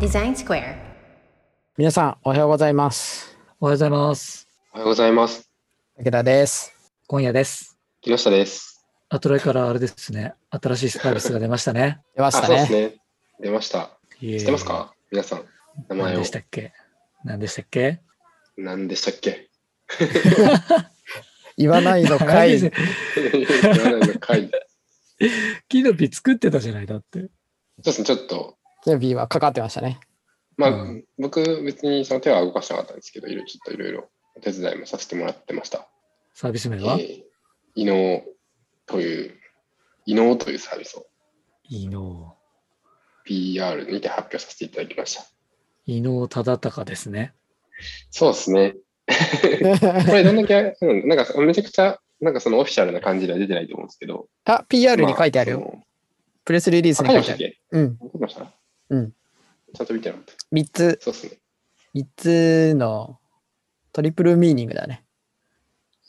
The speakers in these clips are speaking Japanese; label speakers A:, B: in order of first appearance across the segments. A: デザインスクエア
B: 皆さん、おはようございます。
C: おはようございます。
D: おはようございます。
B: 武田です。
C: 今夜です。
D: 木下です。
C: アトライからあれですね、新しいサービスが出ましたね。
B: 出ま
D: あ、
B: した
D: そうです
B: ね。
D: ね。出ました。
C: 知
D: 知ってますか皆さん。名前
C: 何
D: を
C: でしたっけ何でしたっけ
D: 何でしたっけ
B: 言わないのか い。
C: 何でし
B: い
C: たっ
D: 何の回そ
C: けキノピ作ってたじゃないだって。
D: うですね、ちょっと。
B: 準備はかかってましたね。
D: まあ、
C: うん
D: 僕、別にその手は動かしてなかったんですけど、いろいろちょっといろいろお手伝いもさせてもらってました。
C: サービス名
D: え
C: は
D: ー、伊能という、伊能というサービスを
C: 伊能。
D: PR にて発表させていただきました。
C: 伊能忠敬ですね。
D: そうですね。これどんだけ、うん、なんかめちゃくちゃ、なんかそのオフィシャルな感じでは出てないと思うんですけど。
B: あ、PR に書いてあるよ。
D: よ。
B: プレスリリース
D: そ
B: に
D: のあ
B: 書
D: 書いてま
B: い
D: して
B: あ
D: たっ
B: る。
D: け
B: うん。
D: わかりました
B: うん。
D: ちゃんと見てなかった。
B: 3つ、
D: そうですね。
B: 3つのトリプルミーニングだね。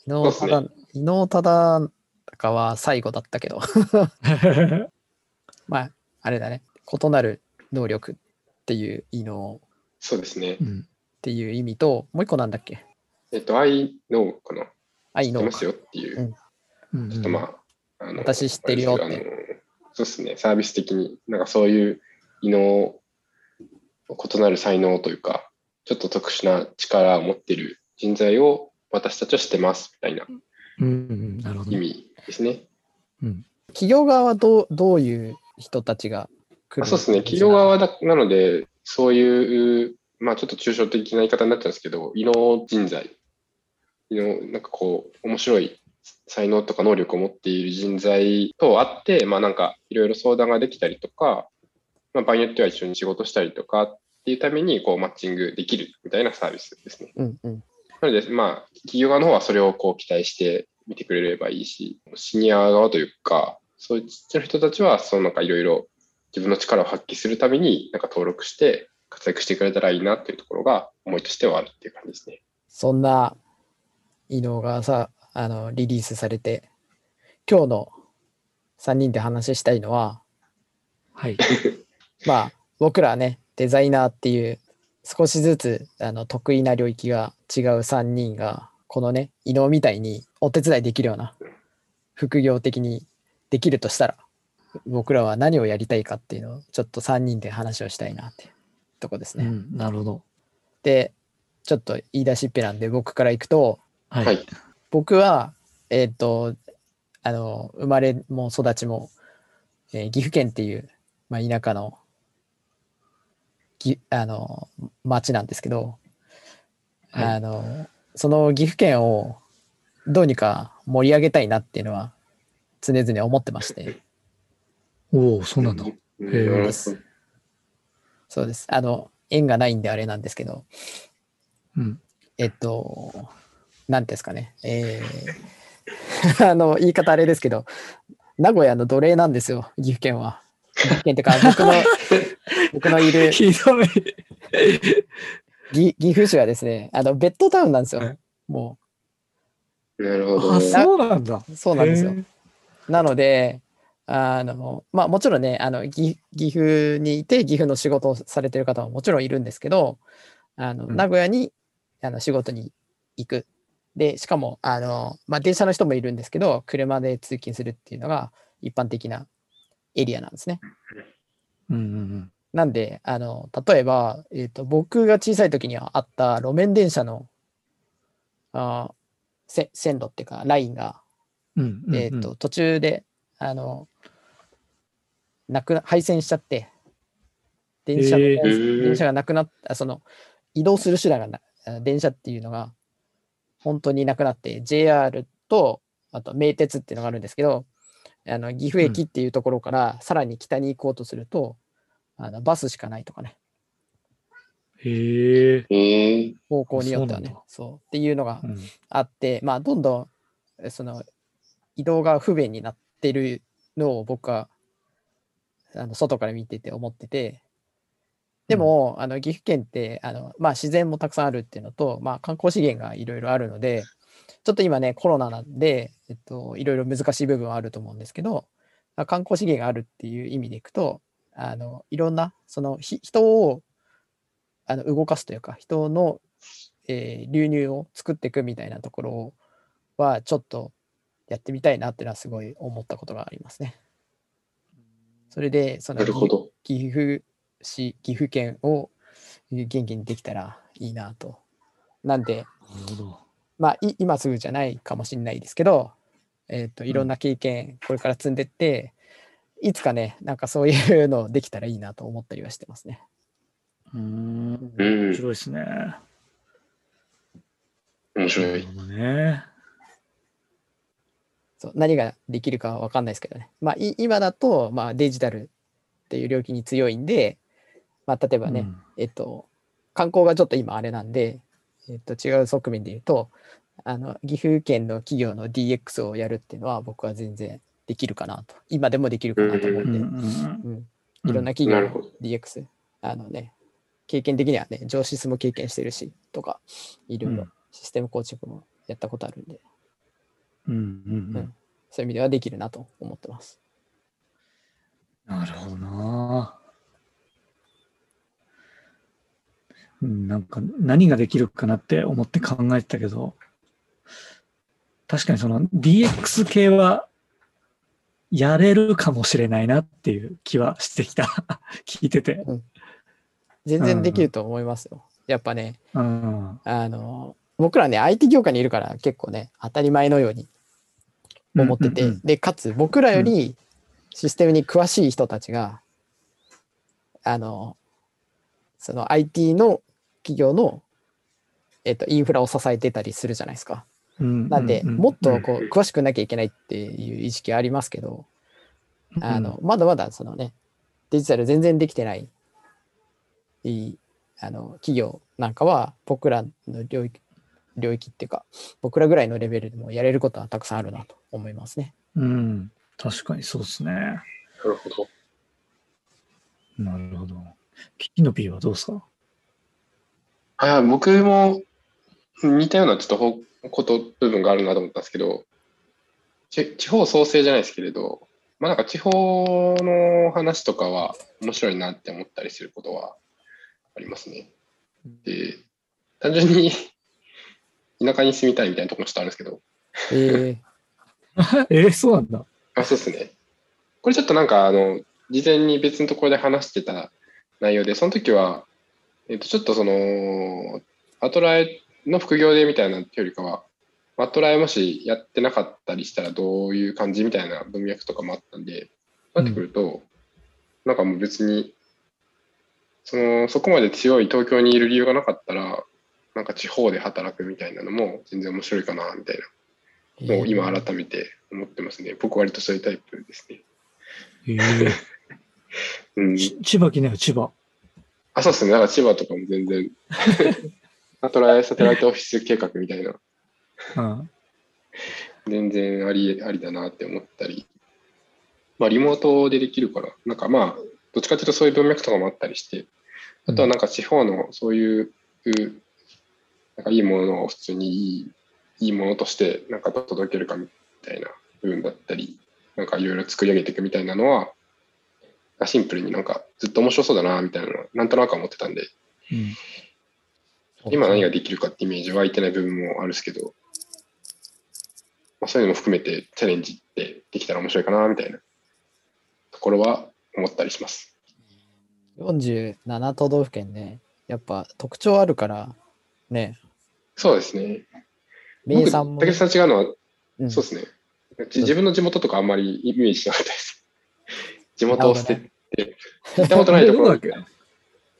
B: 伊能
D: そうっす
B: 忠、伊能忠敬は最後だったけど、 まあ、あれだね。異なる能力っていう伊能っ
D: そうですね
C: う。ん、
B: ていう意味と、もう一個なんだっけ
D: えっと、I know かな。
B: 愛
D: 知っ
B: の
D: てますよっていうう。
B: ん
C: うん
D: ちょっとまあ、あの
B: 私知ってるよって
D: あのそうですね。サービス的に、なんかそういう異能、異なる才能というか、ちょっと特殊な力を持っている人材を私たちは知ってますみたいな
C: うんうん、なるほど
D: 意
C: ね。
D: 味ですね。
C: うん
B: 企業側はどうどういう人たちが来る
D: あそうですね、企業側だなので、そういう、まあ、ちょっと抽象的な言い方になっちゃうんですけど、異能人材、異能なんかこう、面白い才能とか能力を持っている人材とあって、まあ、なんかいろいろ相談ができたりとか、まあ、場合によっては一緒に仕事したりとかっていうためにこうマッチングできるみたいなサービスですね。
B: うんうん。
D: なので、まあ、企業側の方はそれをこう期待して見てくれればいいし、シニア側というか、そういう人たちは、そのなんかいろいろ自分の力を発揮するために、なんか登録して活躍してくれたらいいなというところが思いとしてはあるっていう感じですね。
B: そんな異能がさ、あの、リリースされて、今日の3人で話したいのは、
C: はい。
B: まあ、僕らはね、デザイナーっていう、少しずつあの得意な領域が違う3人が、このね、異能みたいにお手伝いできるような、副業的にできるとしたら、僕らは何をやりたいかっていうのを、ちょっと3人で話をしたいなっていうとこです
C: う
B: ね。
C: ん、なるほど。
B: でちょっと言い出しっぺなんで僕からいくと
C: はい。
D: はい
B: 僕はえっ、とあの生まれも育ちも、えー岐阜県っていう、まあ、田舎のぎあの町なんですけど、
C: はい
B: あのその岐阜県をどうにか盛り上げたいなっていうのは常々思ってまして
C: おお、そうなんだ。
D: うん
C: へえ
D: なるほど
B: そうですあの縁がないんであれなんですけど
C: うん。
B: えっと、なんていうんですかね、えー あの、言い方あれですけど、名古屋の奴隷なんですよ、岐阜県は。岐阜県っていうか、 僕の、僕のいる
C: ひどい。
B: 岐岐阜市はですね、あの、ベッドタウンなんです
C: は
B: よ
C: い、
B: も
D: なるほど。
C: あ、そうなんだ。
B: う。そうなんですよ
C: へ。ー
B: なので、あの、まあ、もちろんね、あの、岐岐阜にいて、岐阜の仕事をされてる方ももちろんいるんですけど、あの、
C: うん
B: 名古屋に、あの、仕事に行く。で、しかも、あの、まあ、電車の人もいるんですけど、車で通勤するっていうのが一般的なエリアなんですね。
C: うんうん
B: なんで、あの、例えば、えっ、と、僕が小さい時にはあった路面電車の、あーせ線路っていうか、ラインが、
C: うん。うんうんうん
B: えー、と、途中であのなくな廃線しちゃって電車,、
C: へ
D: ー
B: 電車がなくなったその移動する手段がなあ電車っていうのが本当になくなって JR とあと名鉄っていうのがあるんですけどあの岐阜駅っていうところからさらに北に行こうとすると、あのバスしかないとかね
C: へえ。
D: へえ
B: 方向によっては
C: そう
B: ね
C: なんだ
B: そうっていうのが
C: うん
B: あって、まあ、どんどんえその移動が不便になってるのを僕はあの外から見てて思っててでも、あの岐阜県ってあの、まあ、自然もたくさんあるっていうのと、まあ、観光資源がいろいろあるのでちょっと今ねコロナなんで、えっと、いろいろ難しい部分はあると思うんですけどまあ観光資源があるっていう意味でいくとあのいろんなそのひ人をあの動かすというか人の、えー流入を作っていくみたいなところはちょっとやってみたいなっていうのはすごい思ったことがありますね。それでその
D: なるほど。
B: 岐阜市岐阜県を元気にできたらいいなと。なんで
C: なるほど。
B: まあ、い今すぐじゃないかもしれないですけど、えー、といろんな経験これから積んでって、いつかねなんかそういうのできたらいいなと思ったりはしてますね。
C: うーん。
D: うん
C: 面白いですね。
D: 面
C: な
D: 白
C: る
D: い。
C: ほどね。
B: そう何ができるかわかんないですけどね、まあ、い今だと、まあ、デジタルっていう領域に強いんで、まあ、例えばね、
C: うん
B: えっと、観光がちょっと今あれなんで、えっと、違う側面で言うと、あの、岐阜県の企業の DX をやるっていうのは僕は全然できるかなと。今でもできるかなと思うんで、
C: うんうんう
B: う
C: ん
B: ん
C: うん
B: いろんな企
D: な
B: 業
D: る
B: の
D: ほど。
B: DX、あのね、経験的にはね、上質も経験してるしとか、いろいろ
C: うん
B: システム構築もやったことあるんで、
C: うんうん
B: う
C: う
B: んんそういう意味ではできるなと思ってます。
C: なるほどな。うんなんか何ができるかなって思って考えてたけど、確かにその DX 系はやれるかもしれないなっていう気はしてきた。聞いてて。
B: 全然できると思いますよ。やっぱね、
C: うん。
B: あの、僕らね、IT 業界にいるから結構ね、当たり前のように思ってて、
C: うんうん
B: で、かつ僕らよりシステムに詳しい人たちが、あの、その IT の企業の、えっと、インフラを支えてたりするじゃないですか。
C: うん。
B: なんで、
C: う
B: もっとこ
D: うん
B: う、詳しくなきゃいけないっていう意識ありますけど、あの、、まだまだそのね、デジタル全然できてない、いいあの、企業なんかは、僕らの領域、領域っていうか、僕らぐらいのレベルでもやれることはたくさんあるなと思いますね。
C: うんうん。確かにそうですね。
D: なるほど。
C: なるほど。キノピーはどうですか
D: あ僕も似たようなちょっとほこと部分があるなと思ったんですけど、ち地方創生じゃないですけれど、まあなんか地方の話とかは面白いなって思ったりすることはありますね。で、単純に田舎に住みたいみたいなところもちょっとあるんですけど、
B: え
C: えー、そうなんだ。
D: あ、そうですね。これちょっとなんか、あの、事前に別のところで話してた内容で、その時は、えっと、ちょっとその、アトラエの副業でみたいなよりかは、アトラエもしやってなかったりしたらどういう感じみたいな文脈とかもあったんで、なってくると、なんかもう別に、その、そこまで強い東京にいる理由がなかったら、なんか地方で働くみたいなのも全然面白いかな、みたいな。
B: え
D: もう今改めて思ってますね。僕割とそういうタイプですね。
C: えー
D: うん。
C: ち千葉来なよ、千葉。
D: あ、そうですね。なんか千葉とかも全然。 アトライサテライトオフィス計画みたいな、
C: うん。
D: 全然あり、ありだなって思ったり。まあ、リモートでできるから、なんかまあ、どっちかというとそういう文脈とかもあったりして、あとはなんか地方のそういう、うなんかいいものを普通にいい、いいものとして、なんかどう届けるかみたいな部分だったり、なんかいろいろ作り上げていくみたいなのは、シンプルになんかずっと面白そうだな、みたいなのは、なんとなく思ってたんで、
C: うん
D: 今何ができるかってイメージ湧いてない部分もあるんですけど、まあ、そういうのも含めてチャレンジってできたら面白いかなみたいなところは思ったりします。
B: 47都道府県ね、やっぱ特徴あるから、ね、
D: そうですね。
B: 名
D: 僕
B: 産も、
D: 武田さん違うのは、
B: うん
D: そうですね。じ自分の地元とかあんまりイメージしなかったです。地元を捨てて、行ったことないとこ
C: ど
D: ろ
C: だっ、け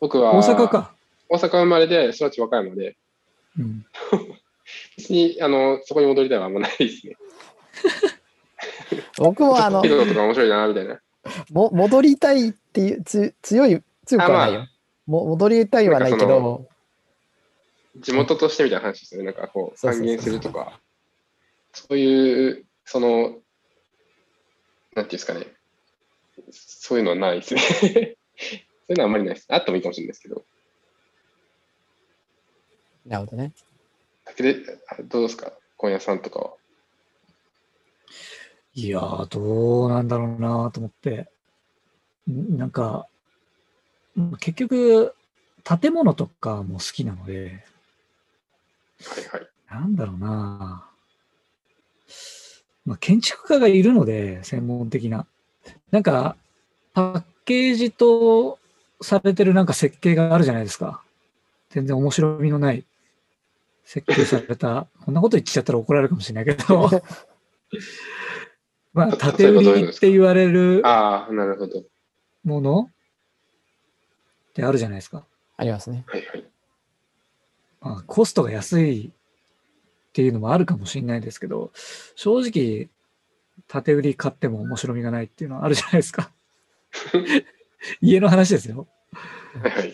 D: 僕は
C: 大阪。か。
D: 大阪生まれで、育ち和歌山で、
C: うん。
D: 別にあのそこに戻りたいのはあんまないですね。
B: 僕
D: ちょ
B: もあ
D: っと
B: の
D: 江、戸とか面白いなみたいな。
B: も戻りたいっていうつ強い、強くはない
D: あま
B: よ。も戻りたいはないけ
D: なんかそ
B: ど、
D: 地元としてみたいな話ですよね。なんかこう、
B: そうそう
D: 還
B: そう
D: 元するとか、そういう、その、なんていうんですかね、そういうのはないですね。 そういうのはあんまりないです。あってもいいかもしれないですけど、
B: なるほどね。
D: 武田あどうですか、今夜さんとかは。
C: いやー、どうなんだろうなーと思って。んなんか、うん結局、建物とかも好きなので、
D: はいはい。
C: なんだろうなまあ、建築家がいるので、専門的な。なんか、パッケージとされてるなんか設計があるじゃないですか。全然面白みのない設計された。こんなこと言っちゃったら怒られるかもしれないけ ど。まあ、
D: 例
C: 縦
D: えば
C: 売
D: どういう
C: り
D: の
C: っ
D: ですか
C: て言われる
D: ああ、なるほど。
C: ものってあるじゃないですか。
B: ありますね。
D: はいはい。
C: まあ、コストが安いっていうのもあるかもしれないですけど、正直、縦売り買っても面白みがないっていうのはあるじゃないですか。家の話ですよ。
D: はいはい。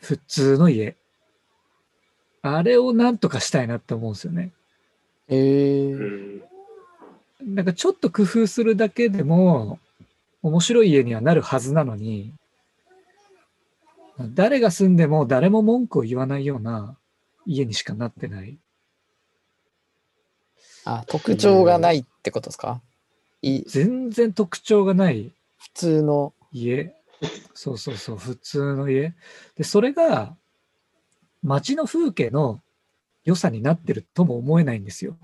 C: 普通の家。あれをなんとかしたいなって思うんですよね。
B: えー
D: うん。
C: なんかちょっと工夫するだけでも、面白い家にはなるはずなのに、誰が住んでも誰も文句を言わないような家にしかなってない。
B: あ、特徴がないってことですかい
C: 全然特徴がない
B: 普通の、
C: 家。そうそうそう、普通の家。で、それが、街の風景の良さになってるとも思えないんですよ。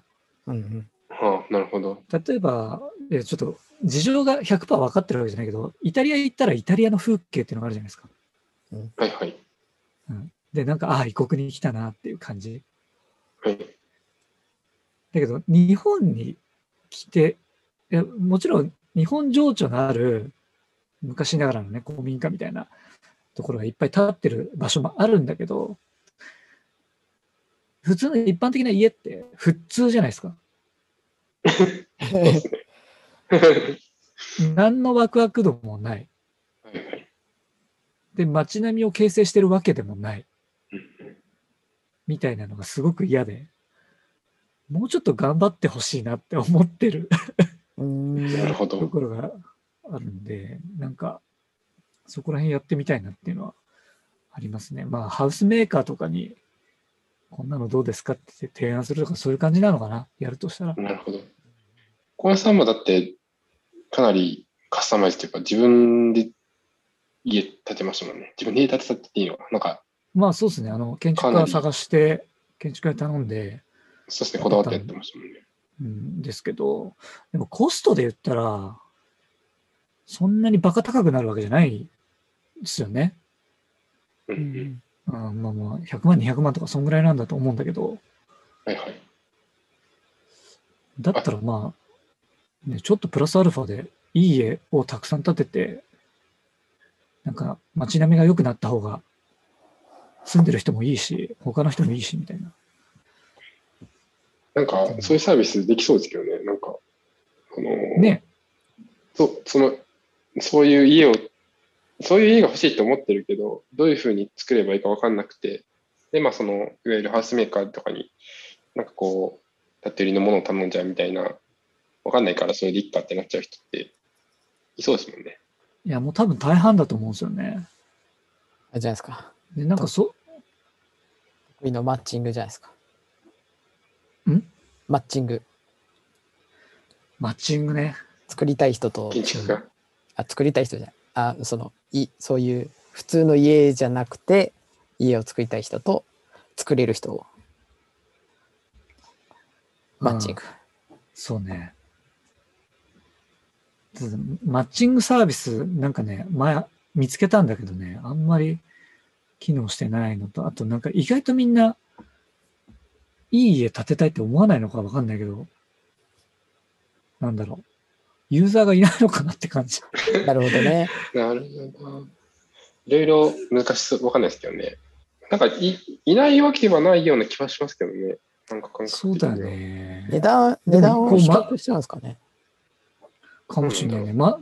B: うんうん、
D: はあ、なるほど。
C: 例えば、いやちょっと事情が100%分かってるわけじゃないけど、イタリア行ったらイタリアの風景っていうのがあるじゃないですか。
D: はいはい。
C: で、なんか、ああ、異国に来たなっていう感じ。
D: はい。
C: だけど、日本に来て、いやもちろん日本情緒のある昔ながらのね、公民館みたいなところがいっぱい建ってる場所もあるんだけど、普通の一般的な家って普通じゃないですか。何のワクワク度もない。
D: はいはい。
C: で、街並みを形成してるわけでもない。
D: うん
C: みたいなのがすごく嫌で、もうちょっと頑張ってほしいなって思ってる
B: うー
D: なる
B: ん
D: ほ
C: と
D: ど。
C: ころがあるんで、なんか、そこら辺やってみたいなっていうのはありますね。まあ、ハウスメーカーとかに、こんなのどうですかって提案するとか、そういう感じなのかな、やるとしたら。
D: なるほど。小林さんもだって、かなりカスタマイズというか、自分で家建てましたもんね。自分で家建てたっていいのかなんか、
C: まあ、そうですね。あの、建築
D: かな
C: 家
D: り
C: 探して、建築家に頼んで、
D: そうですね、こだわってやってましたもんね。
C: うん、ですけど、でもコストで言ったら、そんなにバカ高くなるわけじゃないですよね。
D: う
B: うん
D: う
B: ん
D: ん
C: うん、まあまあ、100万、200万とか、そんぐらいなんだと思うんだけど、
D: はいはい。
C: だったらまあ、ね、ちょっとプラスアルファでいい家をたくさん建てて、なんか街並みが良くなった方が、住んでる人もいいし、他の人もいいし、みたいな。
D: なんか、そういうサービスできそうですけどね。なんか、あのー
C: ね、
D: そう、その、そういう家を、そういう家が欲しいと思ってるけど、どういうふうに作ればいいか分かんなくて、で、まあ、その、いわゆるハウスメーカーとかに、なんかこう、建て売りのものを頼んじゃうみたいな、分かんないからそれでいっかってなっちゃう人って、いそうですもんね。
C: いやもう多分大半だと思うんですよね。
B: あれじゃないですか。
C: で、なんかそ、
B: 得意のマッチングじゃないですか。
C: ん
B: マッチング。
C: マッチングね。
B: 作りたい人と、
D: 建築家。
B: あ、作りたい人じゃない。あ、その、い、そういう普通の家じゃなくて、家を作りたい人と、作れる人をマッチン
C: うん
B: グ。
C: そうね。ただマッチングサービス、なんかね、前見つけたんだけどね、あんまり機能してないのと、あとなんか意外とみんな、いい家建てたいって思わないのかわかんないけど、なんだろう。ユーザーがいないのかなって感じ。
B: なるほどね。
D: なるほど。いろいろ難しそう、分かんないですけどね。なんかい、いないわけではないような気はしますけどね。なんか感覚的には
C: そうだよ。ね。
B: 値段、
C: でも
B: 値段を
C: こう
B: 比
C: ま
B: 較したんですかね。
C: かもしれないね。ま、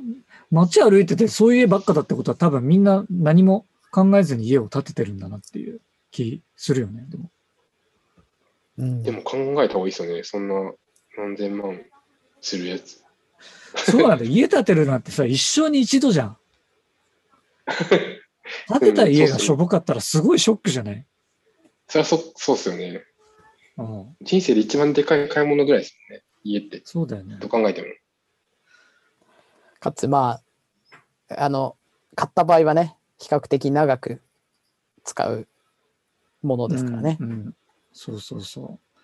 C: 街歩いててそういう家ばっかだってことは多分みんな何も考えずに家を建ててるんだなっていう気するよね。でも
B: うん。
D: でも考えた方がいいですよね。そんな何千万するやつ。
C: そうなんだよ。家建てるなんてさ、一生に一度じゃん。建てた家がしょぼかったらすごいショックじゃない、
D: それはそそうっすよね。
C: うん、
D: 人生で一番でかい買い物ぐらいですよね。家って。
C: そうだよね
D: どう。考えても。
B: かつ、まあ、あの、買った場合はね、比較的長く使うものですからね。
C: うんうんそうそうそう。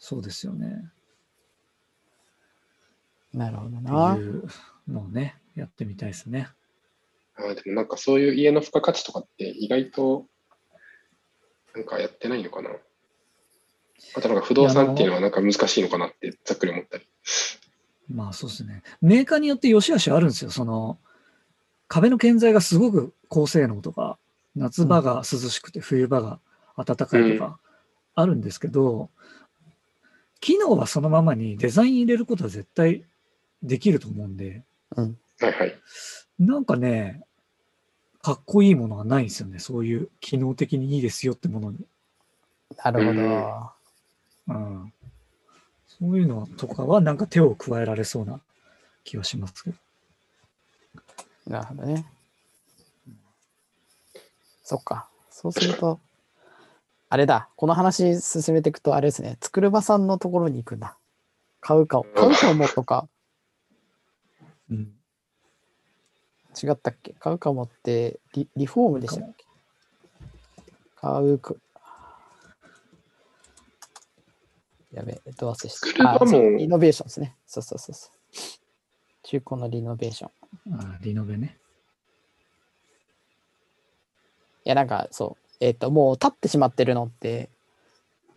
C: そうですよね。
B: なるほど
C: っ
B: な
C: て。いうのをね、やってみたいですね。
D: あーでもなんかそういう家の付加価値とかって意外となんかやってないのかな。あとなんか不動産っていうのはなんか難しいのかなってざっくり思ったり。
C: まあそうですね。メーカーによって良し悪しあるんですよ。その壁の建材がすごく高性能とか、夏場が涼しくて冬場が暖かいとかあるんですけど、機能はそのままにデザイン入れることは絶対できると思うんで、
B: うん。
D: はいはい。
C: なんかね、かっこいいものはないんですよね。そういう機能的にいいですよってものに。
B: なるほど。
C: うん。そういうのとかはなんか手を加えられそうな気はしますけど。
B: なるほどね。そっか。そうすると、あれだ。この話進めていくと、あれですね。つくるばさんのところに行くんだ。買うかを。買うかもとか、
C: うん。
B: 違ったっけ買うかもってリ、リフォームでしたっけ買うか。やべえ、どう忘れし
D: 作る
B: た。
D: かも
B: あそうリノベーションですね。そうそうそうそう。中古のリノベーション。
C: あリノベね。
B: いや、なんかそう、えっ、と、もう立ってしまってるのって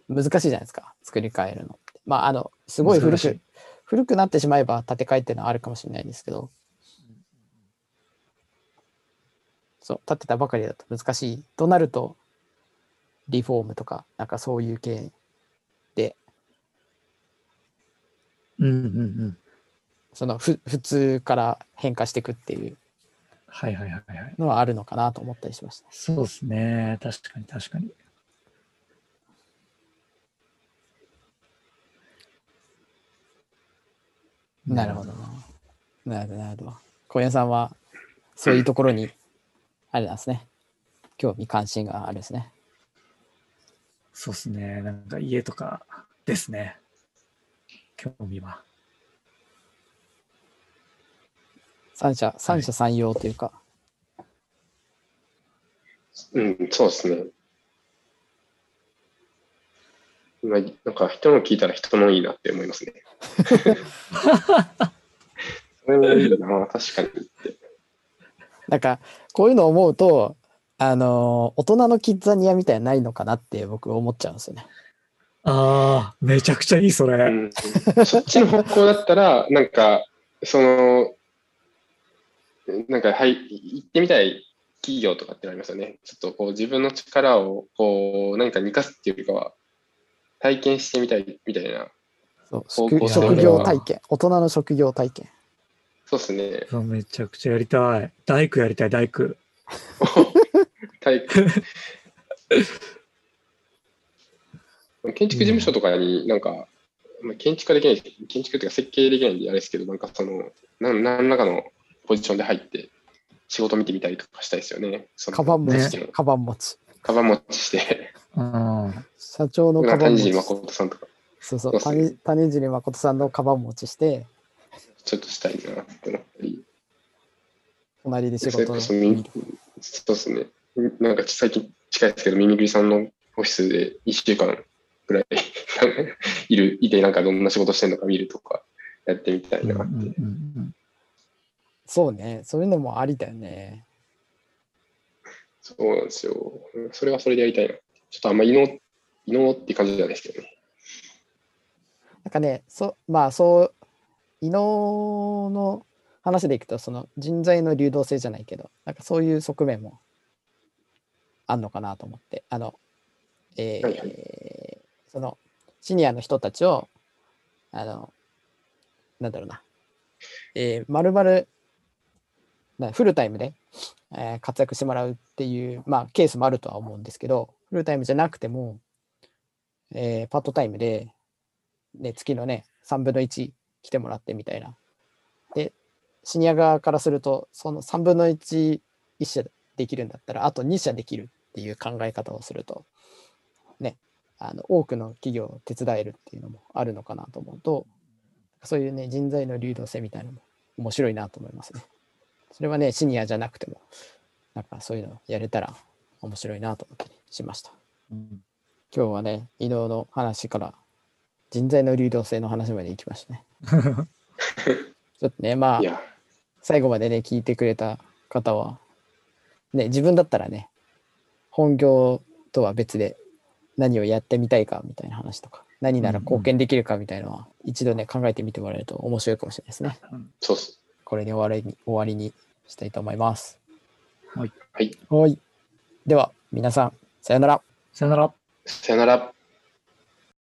B: 難しいじゃないですか、作り変えるのって。まあ、あの、すごい古
C: 難しい
B: く、古くなってしまえば建て替えっていうのはあるかもしれないですけど、そう、建てたばかりだと難しいとなると、リフォームとか、なんかそういう系で、
C: うんうんうん。
B: そのふ普通から変化していくっていう
C: はいはいはいはい。
B: のはあるのかなと思ったりしました。
C: そうですね。確かに確かに。
B: なるほど。なるほど、なるほど。小屋さんは、そういうところに、あれなんですね。興味関心があるんですね。
C: そうですね。なんか家とかですね。興味は。
B: 三者、三者三様というか、
D: うん、そうですね。今なんか人の聞いたら人のいいなって思い ますね。それもいいな、確かにって。
B: なんか、こういうのを思うと、あのー大人のキッザニアみたいなのないのかなって僕思っちゃうんですよね。
C: ああ、めちゃくちゃいい、そうれ。
D: ん、そっちの方向だったら、なんか、その、なんか、はい、行ってみたい企業とかってありますよね。ちょっとこう自分の力をこう何かに生かすっていうよりかは、体験してみたいみたいな。
B: そう
D: お
B: 職
D: お
B: 職業体験。大人の職業体験。
D: そうですね。
C: うわめちゃくちゃやりたい。大工やりたい、大工。
D: 体 建築事務所とかになんか、まあ建築はできないです建築っていうか設計できないんであれですけど、なんかその、なん何らかのポジションで入って仕事見てみたりとかしたいですよね。その
B: カバン持
D: 知
B: ち、
D: 識の
B: カバン持ち。
D: カバン持ちして、
C: うん。
B: 社長のカバン
D: 谷
B: 持
D: 尻
B: ち。
D: 誠さんとか、
B: そうそう、
D: そうっすね
B: 谷谷尻誠さんのカバン持ちして、
D: ちょっとしたいなって思ったり、
B: 隣で仕
D: それ
B: 事
D: こ
B: を
D: そ
B: 見
D: み
B: る
D: そうですね、なんか最近近いですけど、耳ぐりさんのオフィスで1週間ぐらい いる、いて、なんかどんな仕事してるのか見るとか、やってみたい
C: うんう
D: なんって。
C: うん
B: そうね、そういうのもありだよね。
D: そうなんですよ。それはそれでやりたいな。ちょっとあんま異能、異能っていう感じじゃないですけどね。
B: なんかね、そまあそう、異能の話でいくと、その人材の流動性じゃないけど、なんかそういう側面もあんのかなと思って、あの、えー
D: はいは
B: そのシニアの人たちを、あの、なんだろうな、えー、まるまるなフルタイムで、えー活躍してもらうっていう、まあ、ケースもあるとは思うんですけど、フルタイムじゃなくても、えーパートタイムで、ね、月のね、3分の1来てもらってみたいな。で、シニア側からすると、その3分の1、1社できるんだったら、あと2社できるっていう考え方をすると、ね、あの多くの企業を手伝えるっていうのもあるのかなと思うと、そういうね、人材の流動性みたいなのも面白いなと思いますね。それはね、シニアじゃなくても、なんかそういうのやれたら面白いなと思ってしました。
C: うん
B: 今日はね、移動の話から人材の流動性の話まで行きました ね。ちょっとね、まあ
D: い、や、
B: 最後までね、聞いてくれた方は、ね、自分だったらね、本業とは別で何をやってみたいかみたいな話とか、何なら貢献できるかみたいなのは、一度ね、考えてみてもらえると面白いかもしれないですね。
D: そうっす。
B: これで終わりに終わりにしたいと思います。
C: はい。
D: はい。
B: はい。では、皆さん、さようなら。
C: さよなら。
D: さよなら。